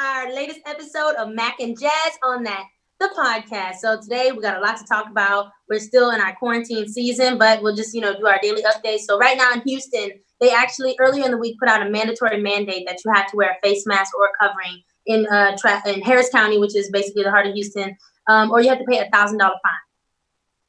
our latest episode of Mac and Jazz on that the podcast. So today we got a lot to talk about. We're still in our quarantine season, but we'll just you know do our daily updates. So right now in Houston, they actually earlier in the week put out a mandatory mandate that you have to wear a face mask or a covering in uh tra- in Harris County, which is basically the heart of Houston, um, or you have to pay a thousand dollar fine.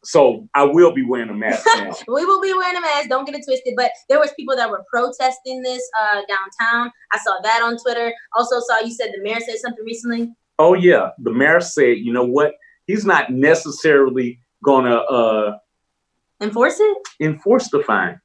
So I will be wearing a mask now. We will be wearing a mask. Don't get it twisted. But there was people that were protesting this uh, downtown. I saw that on Twitter. Also saw you said the mayor said something recently. oh yeah, the mayor said, you know what? He's not necessarily gonna uh, Enforce it. enforce the fine.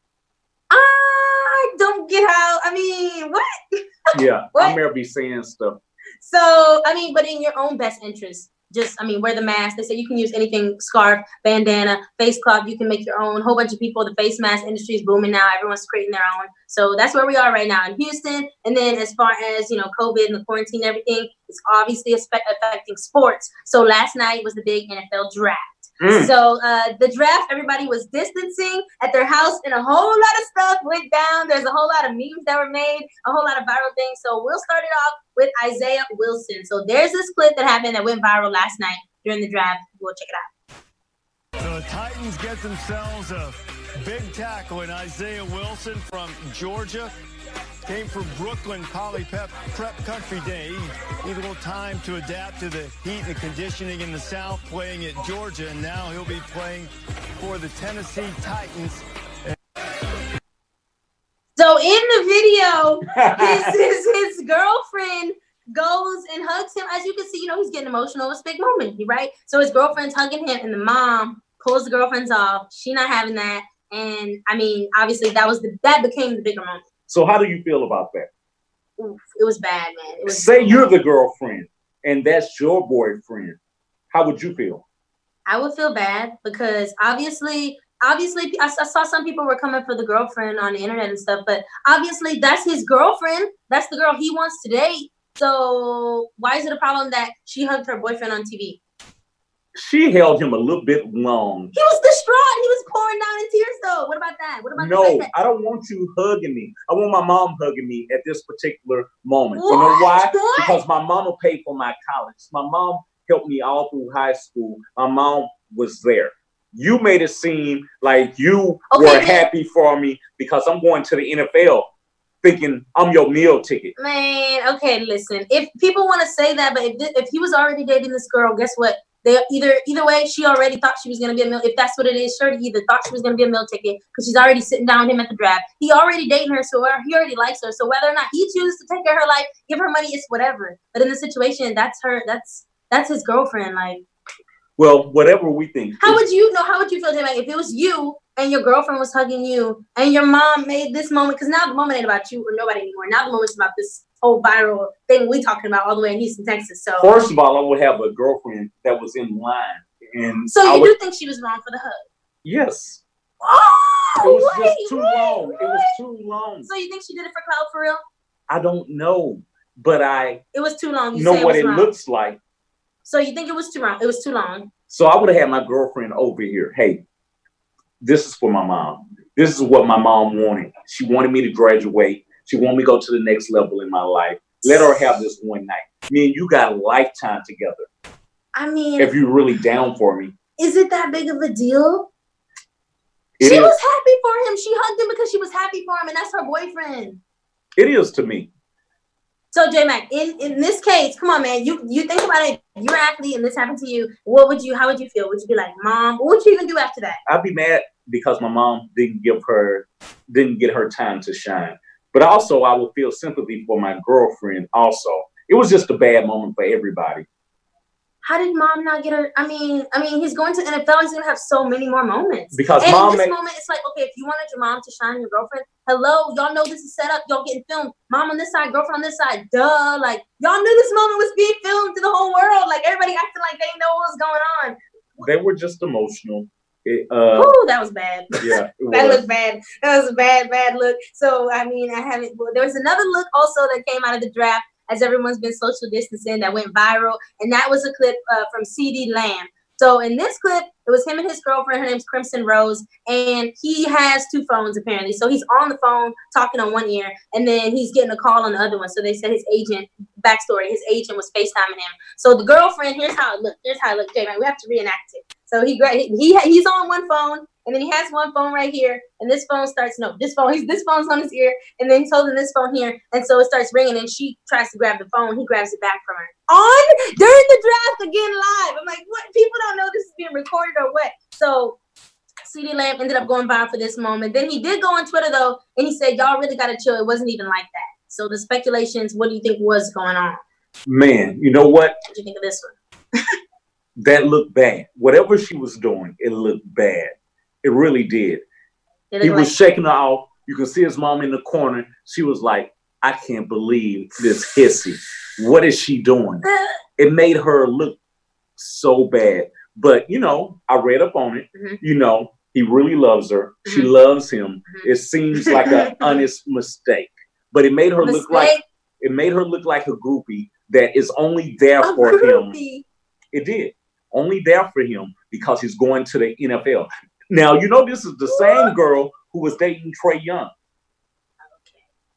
I don't get how. I mean, what? Yeah, What? I'm gonna be saying stuff. So I mean, but in your own best interest. Just, I mean, wear the mask. They say you can use anything scarf, bandana, face cloth. You can make your own. Whole bunch of people. The face mask industry is booming now. Everyone's creating their own. So that's where we are right now in Houston. And then as far as, you know, COVID and the quarantine and everything, it's obviously aspe- affecting sports. So last night was the big NFL draft. Mm. So uh, the draft, everybody was distancing at their house, and a whole lot of stuff went down. There's a whole lot of memes that were made, a whole lot of viral things. So we'll start it off with Isaiah Wilson. So there's this clip that happened that went viral last night during the draft. We'll check it out. The Titans get themselves a big tackle in Isaiah Wilson from Georgia. Came from Brooklyn Poly Pep Prep Country Day. He Needed a little time to adapt to the heat and conditioning in the South playing at Georgia, and now he'll be playing for the Tennessee Titans. So in the video, his, his his girlfriend goes and hugs him. As you can see, you know, he's getting emotional. It's a big moment, he- right? So his girlfriend's hugging him, and the mom pulls the girlfriend's off. She not having that. And I mean, obviously, that was the that became the bigger moment. so how do you feel about that? Oof, it was bad, man. It was Say you're the girlfriend and that's your boyfriend. How would you feel? I would feel bad because obviously, obviously, I, I saw some people were coming for the girlfriend on the internet and stuff, but obviously, that's his girlfriend. That's the girl he wants to date. So why is it a problem that she hugged her boyfriend on TV? She held him a little bit long. He was distraught. He was pouring down in tears, though. What about that? What about the No, fact I don't want you hugging me. I want my mom hugging me at this particular moment. that- You know why? What? Because my mama paid for my college. My mom helped me all through high school. My mom was there. You made it seem like you Okay, were then- happy for me because I'm going to the NFL thinking I'm your meal ticket. Man, okay, listen. If people want to say that, but if, thi- if he was already dating this girl, guess what? They either either way, she already thought she was gonna be a meal. If that's what it is, sure. Either thought she was gonna be a meal ticket because she's already sitting down with him at the draft. He already dating her, so he already likes her. So whether or not he chooses to take care of her life, give her money, it's whatever. But in the situation, that's her. That's that's his girlfriend. Like, Well, whatever we think. how would you know? How would you feel, J-Mac, if it was you and your girlfriend was hugging you and your mom made this moment? Because now the moment ain't about you or nobody anymore. Now the moment's about this whole viral thing we talking about all the way in Houston, Texas. So, First of all, I would have a girlfriend that was in line. And so I you would, do think she was wrong for the hug? yes. It Oh, was wait, just too wait, long. It was wait. too long. So you think she did it for clout for real? I don't know, but I It was too long. You know say what it it was wrong. looks like. So you think it was too wrong? It was too long. So I would have had my girlfriend over here. Hey, this is for my mom. This is what my mom wanted. She wanted me to graduate. She wanted me to go to the next level in my life. Let her have this one night. Me and you got a lifetime together. I mean, If you're really down for me, is it that big of a deal? it she is. was happy for him. She hugged him because she was happy for him, and that's her boyfriend. It is to me. So J Mac, in, in this case, come on, man. You you think about it. You're an athlete, and this happened to you. What would you? How would you feel? Would you be like, Mom? What would you even do after that? I'd be mad because my mom didn't give her didn't get her time to shine. But also, I would feel sympathy for my girlfriend. Also, it was just a bad moment for everybody. How did Mom not get her? I mean, I mean, he's going to NFL. He's gonna have so many more moments. Because and mom in this made- moment, it's like, okay, if you wanted your mom to shine, your girlfriend. Hello, y'all know this is set up. Y'all getting filmed. Mom on this side, girlfriend on this side. Duh. Like y'all knew this moment was being filmed to the whole world. Like everybody acting like they know what was going on. They were just emotional. It, uh, Ooh, that was bad. yeah, it was. That looked bad. That was a bad, bad look. So I mean, I haven't. Well, there was another look also that came out of the draft as everyone's been social distancing that went viral, and that was a clip uh, from C.D. Lamb. So in this clip, it was him and his girlfriend. Her name's Crimson Rose, and he has two phones apparently. So he's on the phone talking on one ear, and then he's getting a call on the other one. So they said his agent backstory. His agent was FaceTiming him. So the girlfriend. Here's how it looked. Here's how it looked. Jay, man, we have to reenact it. So he he he's on one phone, and then he has one phone right here, and this phone starts no, this phone he's this phone's on his ear, and then he's holding this phone here, and so it starts ringing, and she tries to grab the phone, he grabs it back from her. On during the draft again live. I'm like, what? People don't know this is being recorded or what? So. CD Lamb ended up going viral for this moment. Then he did go on Twitter though, and he said, "Y'all really gotta chill. It wasn't even like that." So the speculations. What do you think was going on? Man, you know what? What do you think of this one? that looked bad. Whatever she was doing, it looked bad. It really did. It he was like- shaking her off. You can see his mom in the corner. She was like, I can't believe this hissy. What is she doing? it made her look so bad. But, you know, I read up on it. Mm-hmm. You know, he really loves her. Mm-hmm. She loves him. Mm-hmm. It seems like an honest mistake. But it made her mistake? look like it made her look like a groupie that is only there a for groupie. him. It did only there for him because he's going to the NFL. Now, you know, this is the same girl who was dating Trey Young.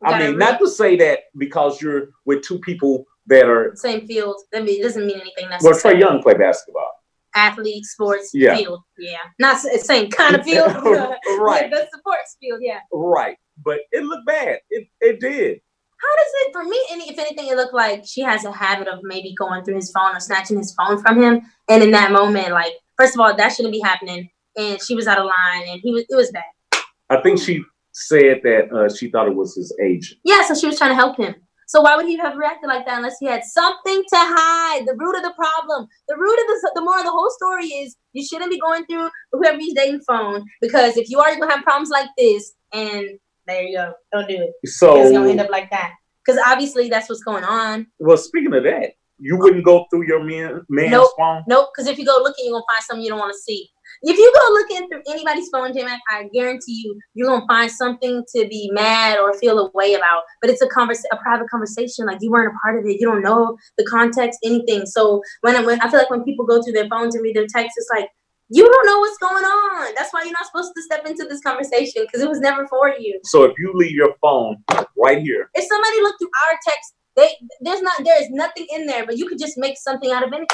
Okay. I mean, read. not to say that because you're with two people that are same field. That mean, doesn't mean anything. Well, Trey Young played basketball. Athlete, sports, yeah. field, yeah, not same kind of field, right? Yeah, the sports field, yeah, right. But it looked bad. It it did how does it for me any if anything it looked like she has a habit of maybe going through his phone or snatching his phone from him and in that moment like first of all that shouldn't be happening and she was out of line and he was it was bad i think she said that uh, she thought it was his agent yeah so she was trying to help him so why would he have reacted like that unless he had something to hide? The root of the problem, the root of the the more of the whole story is you shouldn't be going through whoever he's dating phone because if you are gonna have problems like this and there you go. Don't do it. So it's gonna end up like that. Because obviously that's what's going on. Well, speaking of that, you wouldn't go through your man man's nope. phone. Nope. Because if you go looking, you're gonna find something you don't want to see. If you go looking through anybody's phone, J I guarantee you, you're gonna find something to be mad or feel a way about. But it's a converse, a private conversation. Like you weren't a part of it. You don't know the context, anything. So when I, when I feel like when people go through their phones and read their texts, it's like you don't know what's going on. That's why you're not supposed to step into this conversation because it was never for you. So if you leave your phone right here, if somebody looked through our text, they there's not there is nothing in there, but you could just make something out of anything.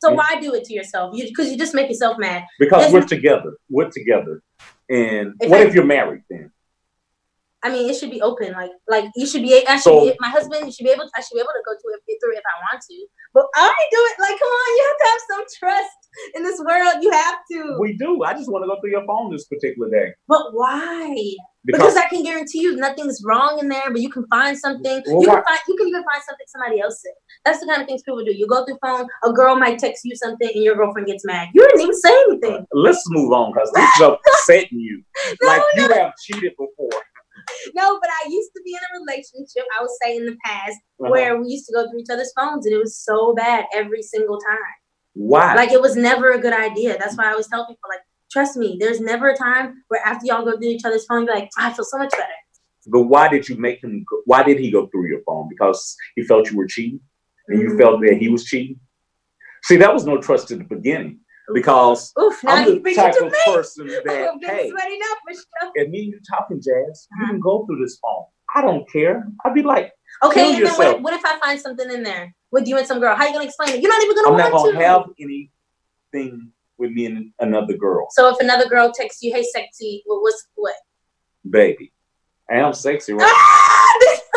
So yeah. why do it to yourself? Because you, you, just make yourself mad. Because there's we're no- together. We're together. And if what I, if you're married then? I mean, it should be open. Like, like you should be. I should so, be, my husband should be able. To, I should be able to go to it through if I want to. But I do it. Like, come on, you have to have some trust in this world. You have to. We do. I just want to go through your phone this particular day. But why? Because, because I can guarantee you nothing's wrong in there, but you can find something. Well, you why? can find. You can even find something somebody else said. That's the kind of things people do. You go through phone. A girl might text you something, and your girlfriend gets mad. You didn't even say anything. uh, Let's move on because this is upsetting you. no, like no. you have cheated before no, but I used to be in a relationship, I would say in the past, uh-huh. where we used to go through each other's phones and it was so bad every single time. Why? Like it was never a good idea. That's why I always tell people, like, trust me, there's never a time where after y'all go through each other's phone, you're like, I feel so much better. But why did you make him go, why did he go through your phone? Because he felt you were cheating and mm-hmm. you felt that he was cheating? See, that was no trust in the beginning because Oof, I'm the type of me. person that I'm hey, up, and me and you talking jazz, Uh-huh. you can go through this phone. I don't care. I'd be like, okay, and yourself. then what, what, if I find something in there with you and some girl? How are you gonna explain it? You're not even gonna. I'm not gonna to. have anything with me and another girl. So if another girl texts you, hey, sexy, well, what's what? Baby, I am sexy, right?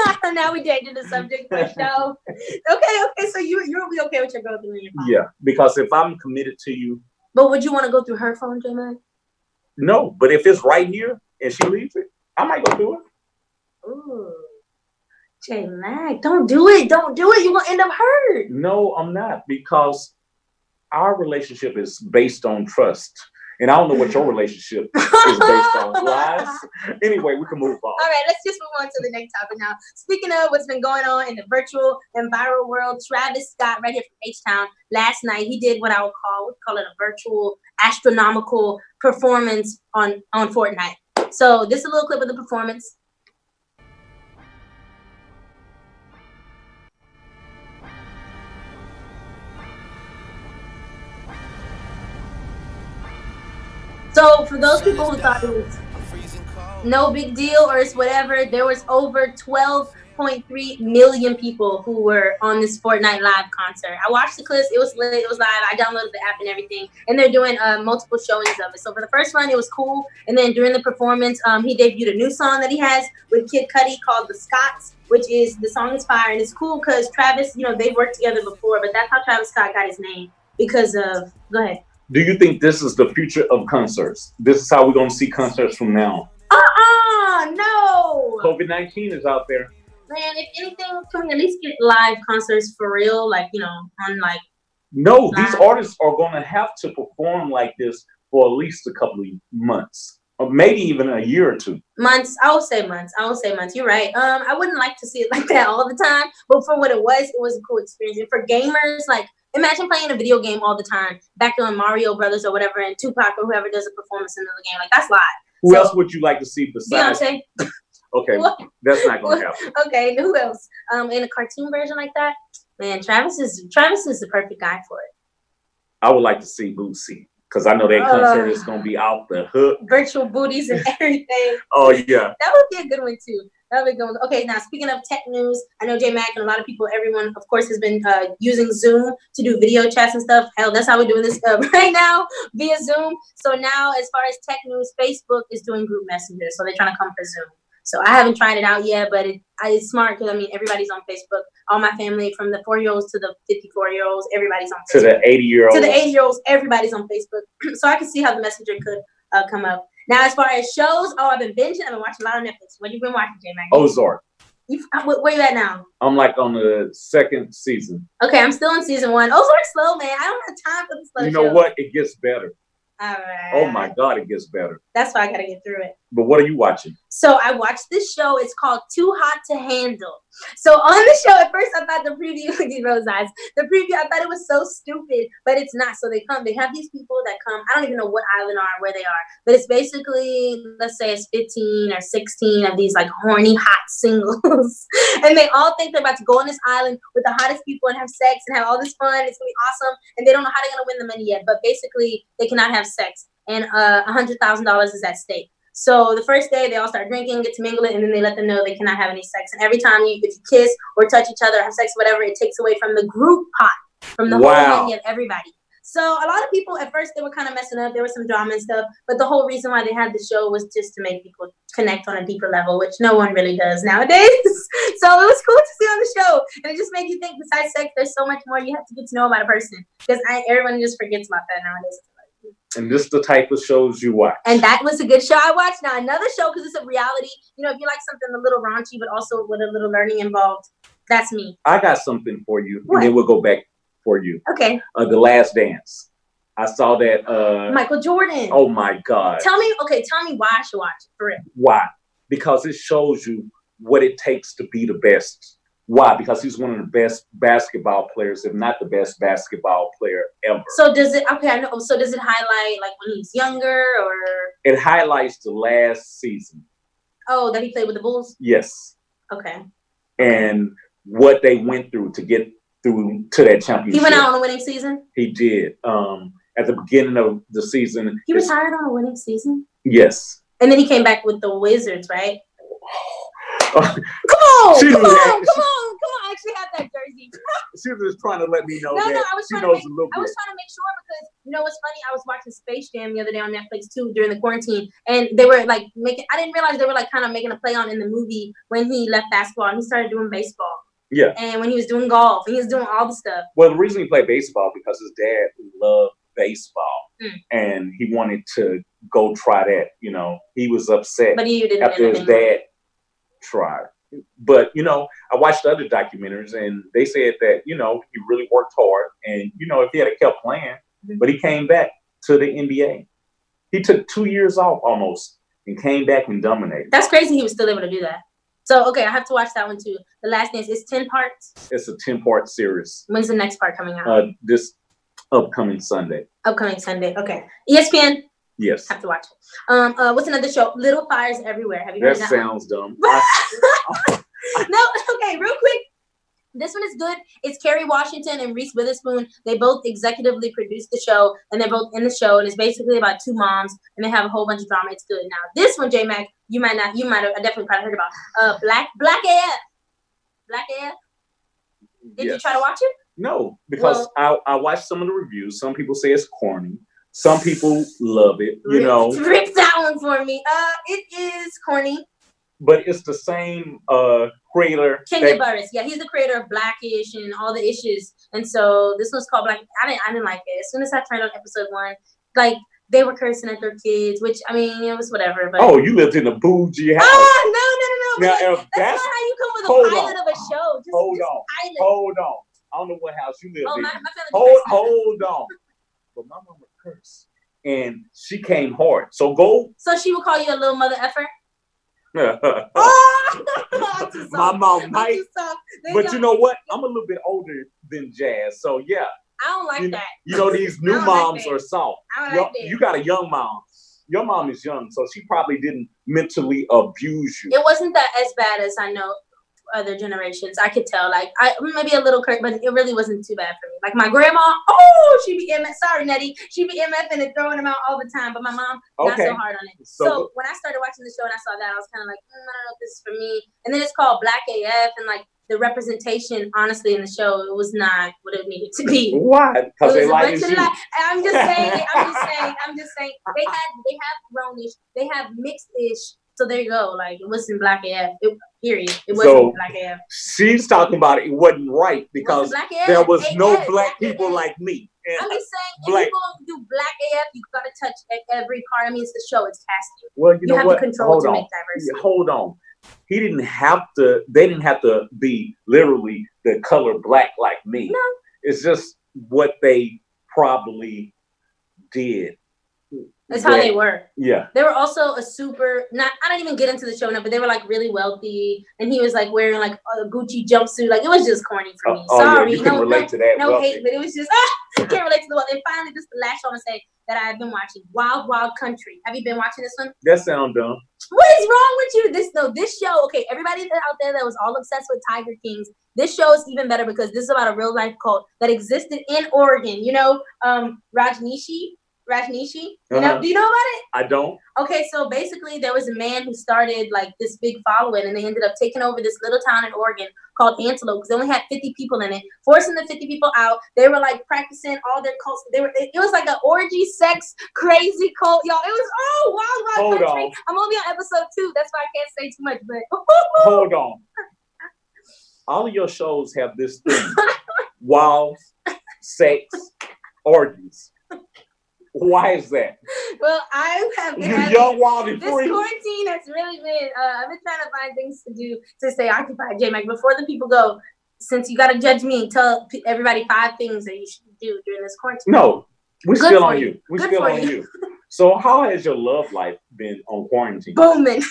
Ah! now we dated the subject for show. Okay, okay. So you you'll be okay with your girl doing your phone. Yeah, because if I'm committed to you. But would you want to go through her phone, Jamal? No, but if it's right here and she leaves it, I might go through it. Ooh. J Mac, don't do it. Don't do it. You're gonna end up hurt. No, I'm not, because our relationship is based on trust. And I don't know what your relationship is based on. Lies. Anyway, we can move on. All right, let's just move on to the next topic now. Speaking of what's been going on in the virtual and viral world, Travis Scott, right here from H Town, last night he did what I would call we call it a virtual astronomical performance on on Fortnite. So this is a little clip of the performance. So for those people who thought it was no big deal or it's whatever, there was over 12.3 million people who were on this Fortnite Live concert. I watched the clips. It was lit. It was live. I downloaded the app and everything. And they're doing uh, multiple showings of it. So for the first one, it was cool. And then during the performance, um, he debuted a new song that he has with Kid Cudi called The Scots, which is the song is fire. And it's cool because Travis, you know, they worked together before, but that's how Travis Scott got his name because of, go ahead. Do you think this is the future of concerts? This is how we're going to see concerts from now. Uh-uh, no. COVID 19 is out there. Man, if anything, can we at least get live concerts for real? Like, you know, on like No, these Live. artists are going to have to perform like this for at least a couple of months, or maybe even a year or two. months. I would say months. I would say months. You're right. Um, I wouldn't like to see it like that all the time, but for what it was, it was a cool experience. And for gamers, like imagine playing a video game all the time, back on Mario Brothers or whatever, and Tupac or whoever does a performance in the game. Like that's live. Who So- else would you like to see besides? Beyonce. Okay, that's not going to happen. okay, who else? Um, in a cartoon version like that, man, Travis is Travis is the perfect guy for it. I would like to see Bootsy because I know that Uh, concert is going to be out the hook. Virtual booties and everything. Oh, yeah. that would be a good one too. That would be a good one. Okay, now speaking of tech news, I know J Mac and a lot of people, everyone, of course, has been uh, using Zoom to do video chats and stuff. Hell, that's how we're doing this uh, right now via Zoom. So now, as far as tech news, Facebook is doing group messenger, so they're trying to come for Zoom. So I haven't tried it out yet, but it, I, it's smart because I mean everybody's on Facebook. All my family, from the four year olds to the fifty four year olds, everybody's on To Facebook the 80 year to old. the eight year olds, everybody's on Facebook. so I can see how the messenger could uh, come up. Now, as for as shows, oh, I've been binging. I've been watching a lot of Netflix. What you been watching, J Mac? Ozark. You, uh, wh- where you at now? I'm like on the second season. Okay, I'm still in season one. Ozark's slow, man. I don't have time for this slow You know show. what? It gets better. All right. Oh my God, it gets better. That's why I gotta get through it. But what are you watching? So I watched this show. It's called Too Hot to Handle. So on the show, at first I thought the preview these rose eyes. The preview, I thought it was so stupid, but it's not. So they come, they have these people that come. I don't even know what island are where they are, but it's basically let's say it's 15 or 16 of these like horny hot singles. and they all think they're about to go on this island with the hottest people and have sex and have all this fun. It's gonna be awesome. And they don't know how they're gonna win the money yet. But basically they cannot have sex. And uh hundred thousand dollars is at stake. So the first day they all start drinking, get to mingle it, and then they let them know they cannot have any sex. And every time you if you kiss or touch each other, have sex, whatever, it takes away from the group pot, from the Wow. whole money of everybody. So a lot of people at first they were kind of messing up. There was some drama and stuff, but the whole reason why they had the show was just to make people connect on a deeper level, which no one really does nowadays. so it was cool to see on the show, and it just made you think. Besides sex, there's so much more you have to get to know about a person because I everyone just forgets about that nowadays. And this the type of shows you watch. And that was a good show I watched. Now another show because it's a reality. You know, if you like something a little raunchy but also with a little learning involved, that's me. I got something for you, What? and then we'll go back for you. Okay, Uh, the Last Dance. I saw that. Uh, Michael Jordan. oh my God! Tell me, okay, tell me why I should watch it for real. Why? Because it shows you what it takes to be the best. Why? Because he's one of the best basketball players, if not the best basketball player ever. So does it? Okay, I know. So does it highlight like when he's younger or it highlights the last season. oh that he played with the Bulls? Yes. Okay, and what they went through to get through to that championship. he went out on a winning season. He did. Um, at the beginning of the season, He it's- retired on a winning season, Yes. and then he came back with the Wizards, right? Oh. come on, come on, come on, come on! I actually have that jersey. She was just trying to let me know No, that no, I was she trying to knows make- a little I was trying to make sure because you know what's funny? I was watching Space Jam the other day on Netflix too during the quarantine, and they were like making. I didn't realize they were like kind of making a play on in the movie when he left basketball and he started doing baseball. Yeah. And when he was doing golf and he was doing all the stuff. Well, the reason he played baseball because his dad loved baseball Mm. and he wanted to go try that. You know, he was upset But he didn't. after end his up in- dad tried. But you know, I watched other documentaries and they said that you know he really worked hard and you know if he had kept playing, Mhm. but he came back to the NBA. He took two years off almost and came back and dominated. That's crazy. He was still able to do that. So okay, I have to watch that one too. The Last Dance. It's ten parts. It's a ten part series. When's the next part coming out? Uh, this upcoming Sunday. Upcoming Sunday. Okay. E ESPN. Yes, Have to watch it. Um. Uh, what's another show? Little Fires Everywhere. Have you that heard that? sounds dumb. I- no, okay, real quick. This one is good. It's Kerry Washington and Reese Witherspoon. They both executively produce the show, and they're both in the show. And it's basically about two moms, and they have a whole bunch of drama. It's good. Now this one, J Mac, you might not, you might have I definitely probably heard about. Uh, Black Black Air, Black Air. Did you Yes. try to watch it? No, because I, I watched some of the reviews. Some people say it's corny. Some people love it, you Rip- know. rip that one for me. Uh, it is corny. But it's the same uh creator. Kenya that- Burris, yeah, he's the creator of Blackish and all the issues. And so this one's called Black. I didn't, I didn't like it. As soon as I turned on episode one, like they were cursing at their kids, which I mean, it was whatever. But oh, you lived in a bougie house. Ah, no, no, no, no. now, because if that's, that's not how you come with hold a pilot of on. a show. Just, hold just on, pilot. hold on. I don't know what house you live Oh, in. my, my family hold, cursed. hold on. But my mama cursed, and she came hard. So go. So she would call you a little mother effer. my Oh, I'm too soft. mom I'm might, too soft. They but got- you know what? I'm a little bit older than Jazz, so yeah. I don't like you know- that. You know these new I don't like moms that. are soft. I don't Yo- like that. you got a young mom. Your mom is young, so she probably didn't mentally abuse you. it wasn't that as bad as I know other generations. I could tell, like, I maybe a little cur but it really wasn't too bad for me. Like my grandma, oh, she be MF. Sorry, Nettie, she be MFing and throwing them out all the time. But my mom not Okay. so hard on it. So- So, when I started watching the show and I saw that, I was kind of like, mm, I don't know if this is for me. And then it's called Black AF, and like the representation, honestly, in the show, it was not what it needed to be. Why? Because It they was a like bunch of you. li- I'm just saying. I'm just saying. I'm just saying. They had they have brownish. They have mixed ish. So there you go. Like it wasn't black AF. It, period. It wasn't So, black AF. She's talking about it wasn't right It because wasn't black AF. there was Hey, no yes, black people AF. like me. And- I'm just saying, black. if you're going to do black AF, you gotta touch at every part. I mean, it's the show. It's casting. well, you, You, know have what? to control Hold to on. make diversity. Yeah, hold on. He didn't have to. They didn't have to be literally the color black like me. No. It's just what they probably did. That's how they were. Yeah. They were also a super not. I don't even get into the show now, but they were like really wealthy, and he was like wearing like a Gucci jumpsuit. Like it was just corny for me. oh, Sorry, yeah. You can no, relate no, to that. no wealthy. hate, but it was just ah, can't relate to the world. And finally, just the last show I want to say that I've been watching, Wild Wild Country. Have you been watching this one? That sound dumb. What is wrong with you? This though, this show. Okay, everybody that out there that was all obsessed with Tiger Kings, this show is even better because this is about a real life cult that existed in Oregon. You know, um, Rajneeshi, Rajneeshi. You know, Uh-huh. do you know about it? I don't. Okay, so basically, there was a man who started like this big following, and they ended up taking over this little town in Oregon called Antelope because they only had 50 people in it, forcing the 50 people out. They were like practicing all their cults. They were it, it was like an orgy, sex, crazy cult, y'all. It was oh wild, wild Hold country. on. I'm only on episode two, that's why I can't say too much. But Hold on. All of your shows have this thing: wild, sex, orgies. Why is that? well, I have been You having- young, wild, and This free. quarantine has really been. Uh, I've been trying to find things to do to stay occupied. J Mac, before the people go, since you gotta judge me, tell p- everybody five things that you should do during this quarantine. No, we Good still for on you. you. We Good still for on you. So, how has your love life been on quarantine? Booming,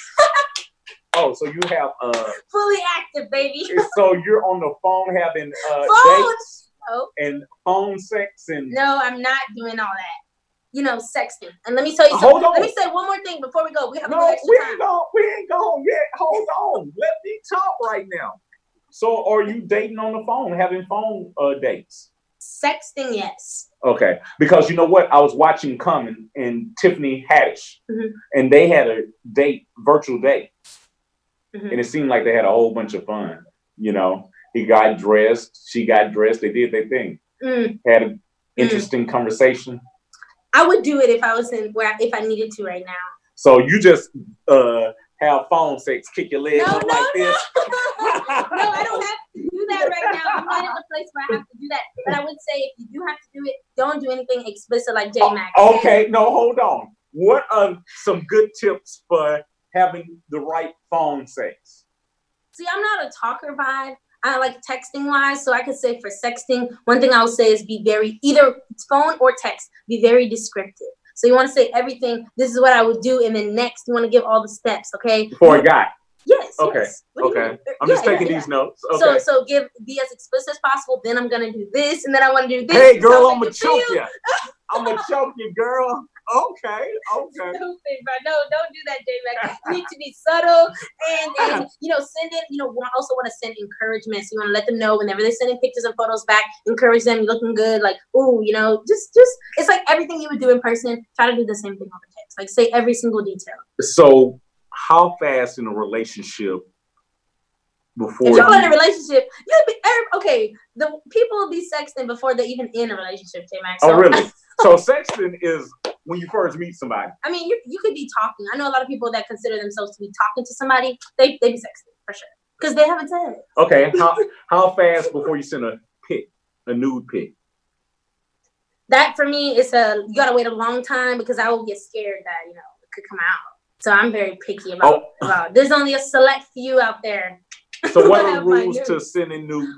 Oh, so you have uh, fully active, baby. so you're on the phone having uh, Phone! dates Oh. and phone sex and No, I'm not doing all that. You know, sexting. And let me tell you Hold something. on. Let me say one more thing before we go. We have a little No, extra we time. ain't gone. We ain't gone yet. Hold on. Let me talk right now. So, are you dating on the phone, having phone uh, dates? Sexting, yes. Okay, because you know what? I was watching Coming and Tiffany Haddish, Mhm. and they had a date, virtual date, Mhm. and it seemed like they had a whole bunch of fun. You know, he got dressed, she got dressed, they did their thing, Mm. had an interesting conversation. I would do it if I was in where I, if I needed to right now. So you just uh, have phone sex, kick your legs No, up no, like no. this. no, I don't have to do that right now. I'm not in a place where I have to do that. But I would say if you do have to do it, don't do anything explicit like J Mac. Oh, Okay, no, hold on. What are some good tips for having the right phone sex? See, I'm not a talker vibe. I like texting wise, so I could say for sexting, one thing I'll say is be very either phone or text, be very descriptive. So you want to say everything. This is what I would do, and then next you want to give all the steps. Okay. For a guy. Yes. Okay, yes. What do you okay. mean? I'm Yeah, just taking yeah, yeah. these notes. So Okay. so give be as explicit as possible. Then I'm gonna do this, and then I want to do this. hey, girl, So I'm gonna make you feel- choke you. I'm gonna choke you, girl. okay, okay. Stupid, bro. No, don't do that, J Mac. You need to be subtle and, and you know, send in, you know, we also want to send encouragement. So you want to let them know whenever they're sending pictures and photos back, encourage them, you're looking good, like, ooh, you know, just just it's like everything you would do in person, try to do the same thing on the text. Like say every single detail. So, how fast in a relationship before If y'all in a you, relationship, you'd be every- okay. The people will be sexting before they're even in a relationship, J Mac. Oh, really? So, sexting is when you first meet somebody. I mean, you, you could be talking. I know a lot of people that consider themselves to be talking to somebody. They they be sexting for sure because they haven't said it. Okay, how how fast before you send a pic, a nude pic? That for me is a you gotta wait a long time because I will get scared that you know it could come out. So I'm very picky about. Oh, about there's only a select few out there. so what are the My rules to nudes. sending nude?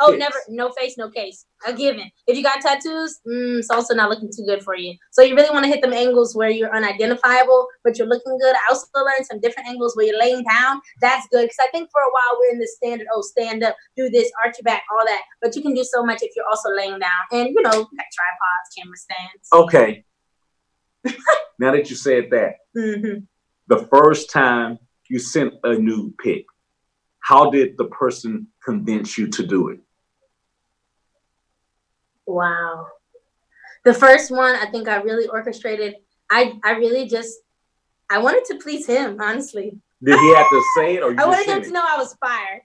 Oh, Yes. never, no face, no case. A given. If you got tattoos, mm, it's also not looking too good for you. So you really want to hit them angles where you're unidentifiable, but you're looking good. I also learned some different angles where you're laying down. That's good because I think for a while we're in the standard. Oh, stand up, do this, arch your back, all that. But you can do so much if you're also laying down, and you know, you got tripods, camera stands. Okay. now that you said that, Mhm. the first time you sent a nude pic, how did the person convince you to do it? Wow. The first one, I think I really orchestrated. I I really just I wanted to please him, honestly. Did he have to say it or you I just wanted him send to it? know I was fired.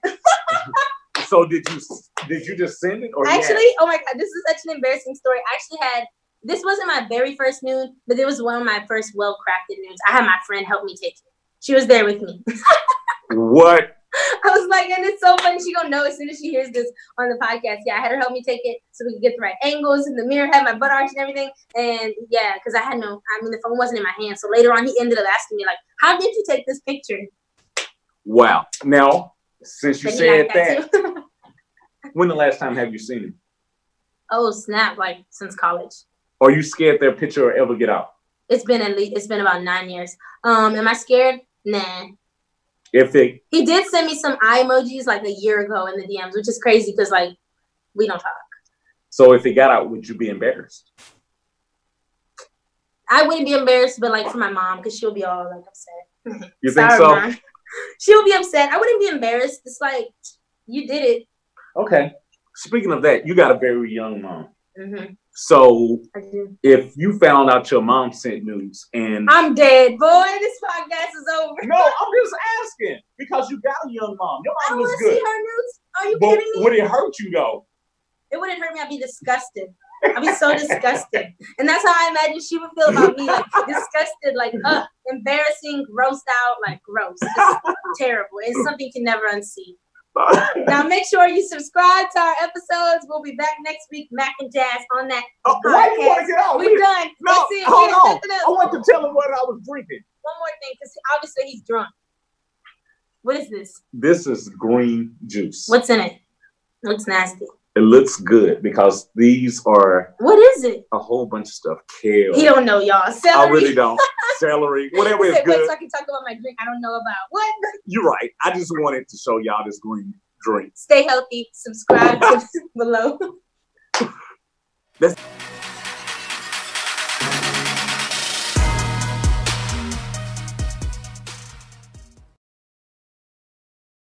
So did you did you just send it or you had- Actually, oh my god, this is such an embarrassing story. I actually had this wasn't my very first nude, but it was one of my first well crafted nudes. I had my friend help me take it. She was there with me. what? I was like, and it's so funny. She gonna know as soon as she hears this on the podcast. Yeah, I had her help me take it so we could get the right angles in the mirror, had my butt arch and everything. And yeah, because I had no, I mean, the phone wasn't in my hand. So later on, he ended up asking me like, "How did you take this picture?" Wow. Now, since Then you he said got that, tattoo. when the last time have you seen him? oh snap! Like since college. Are you scared that picture will ever get out? It's been at least it's been about nine years. Um, am I scared? Nah. If they He did send me some eye emojis like a year ago in the DMs, which is crazy because like we don't talk. so if it got out, would you be embarrassed? I wouldn't be embarrassed, but like for my mom, because she'll be all like upset. You think Sorry, so? Mom. She'll be upset. I wouldn't be embarrassed. It's like you did it. Okay. Speaking of that, you got a very young mom. hmm So I do. if you found out your mom sent news and I'm dead, boy. This podcast is over. No, I'm just asking because you got a young mom. Your I mom was want to see good. her nudes. Are you But kidding me? would it hurt you though? it wouldn't hurt me. I'd be disgusted. I'd be so disgusted. And that's how I imagine she would feel about me. Like disgusted, like uh, embarrassing, grossed out, like gross. Just terrible. It's something you can never unsee. Now make sure you subscribe to our episodes. We'll be back next week, Mac and Jazz on that. Oh, why do you want to get out? We're done. no, That's it. hold Here's on. nothing I else. want to tell him what I was drinking. One more thing, because obviously he's drunk. What is this? This is green juice. What's in it? Looks nasty. It looks good because these are What is it? a whole bunch of stuff. Kale. He don't know, y'all. I Celery. really don't. Celery, whatever He is said, "Wait good. till I can talk about my drink. I don't know about what. You're right. I just wanted to show y'all this green drink. stay healthy, subscribe to below.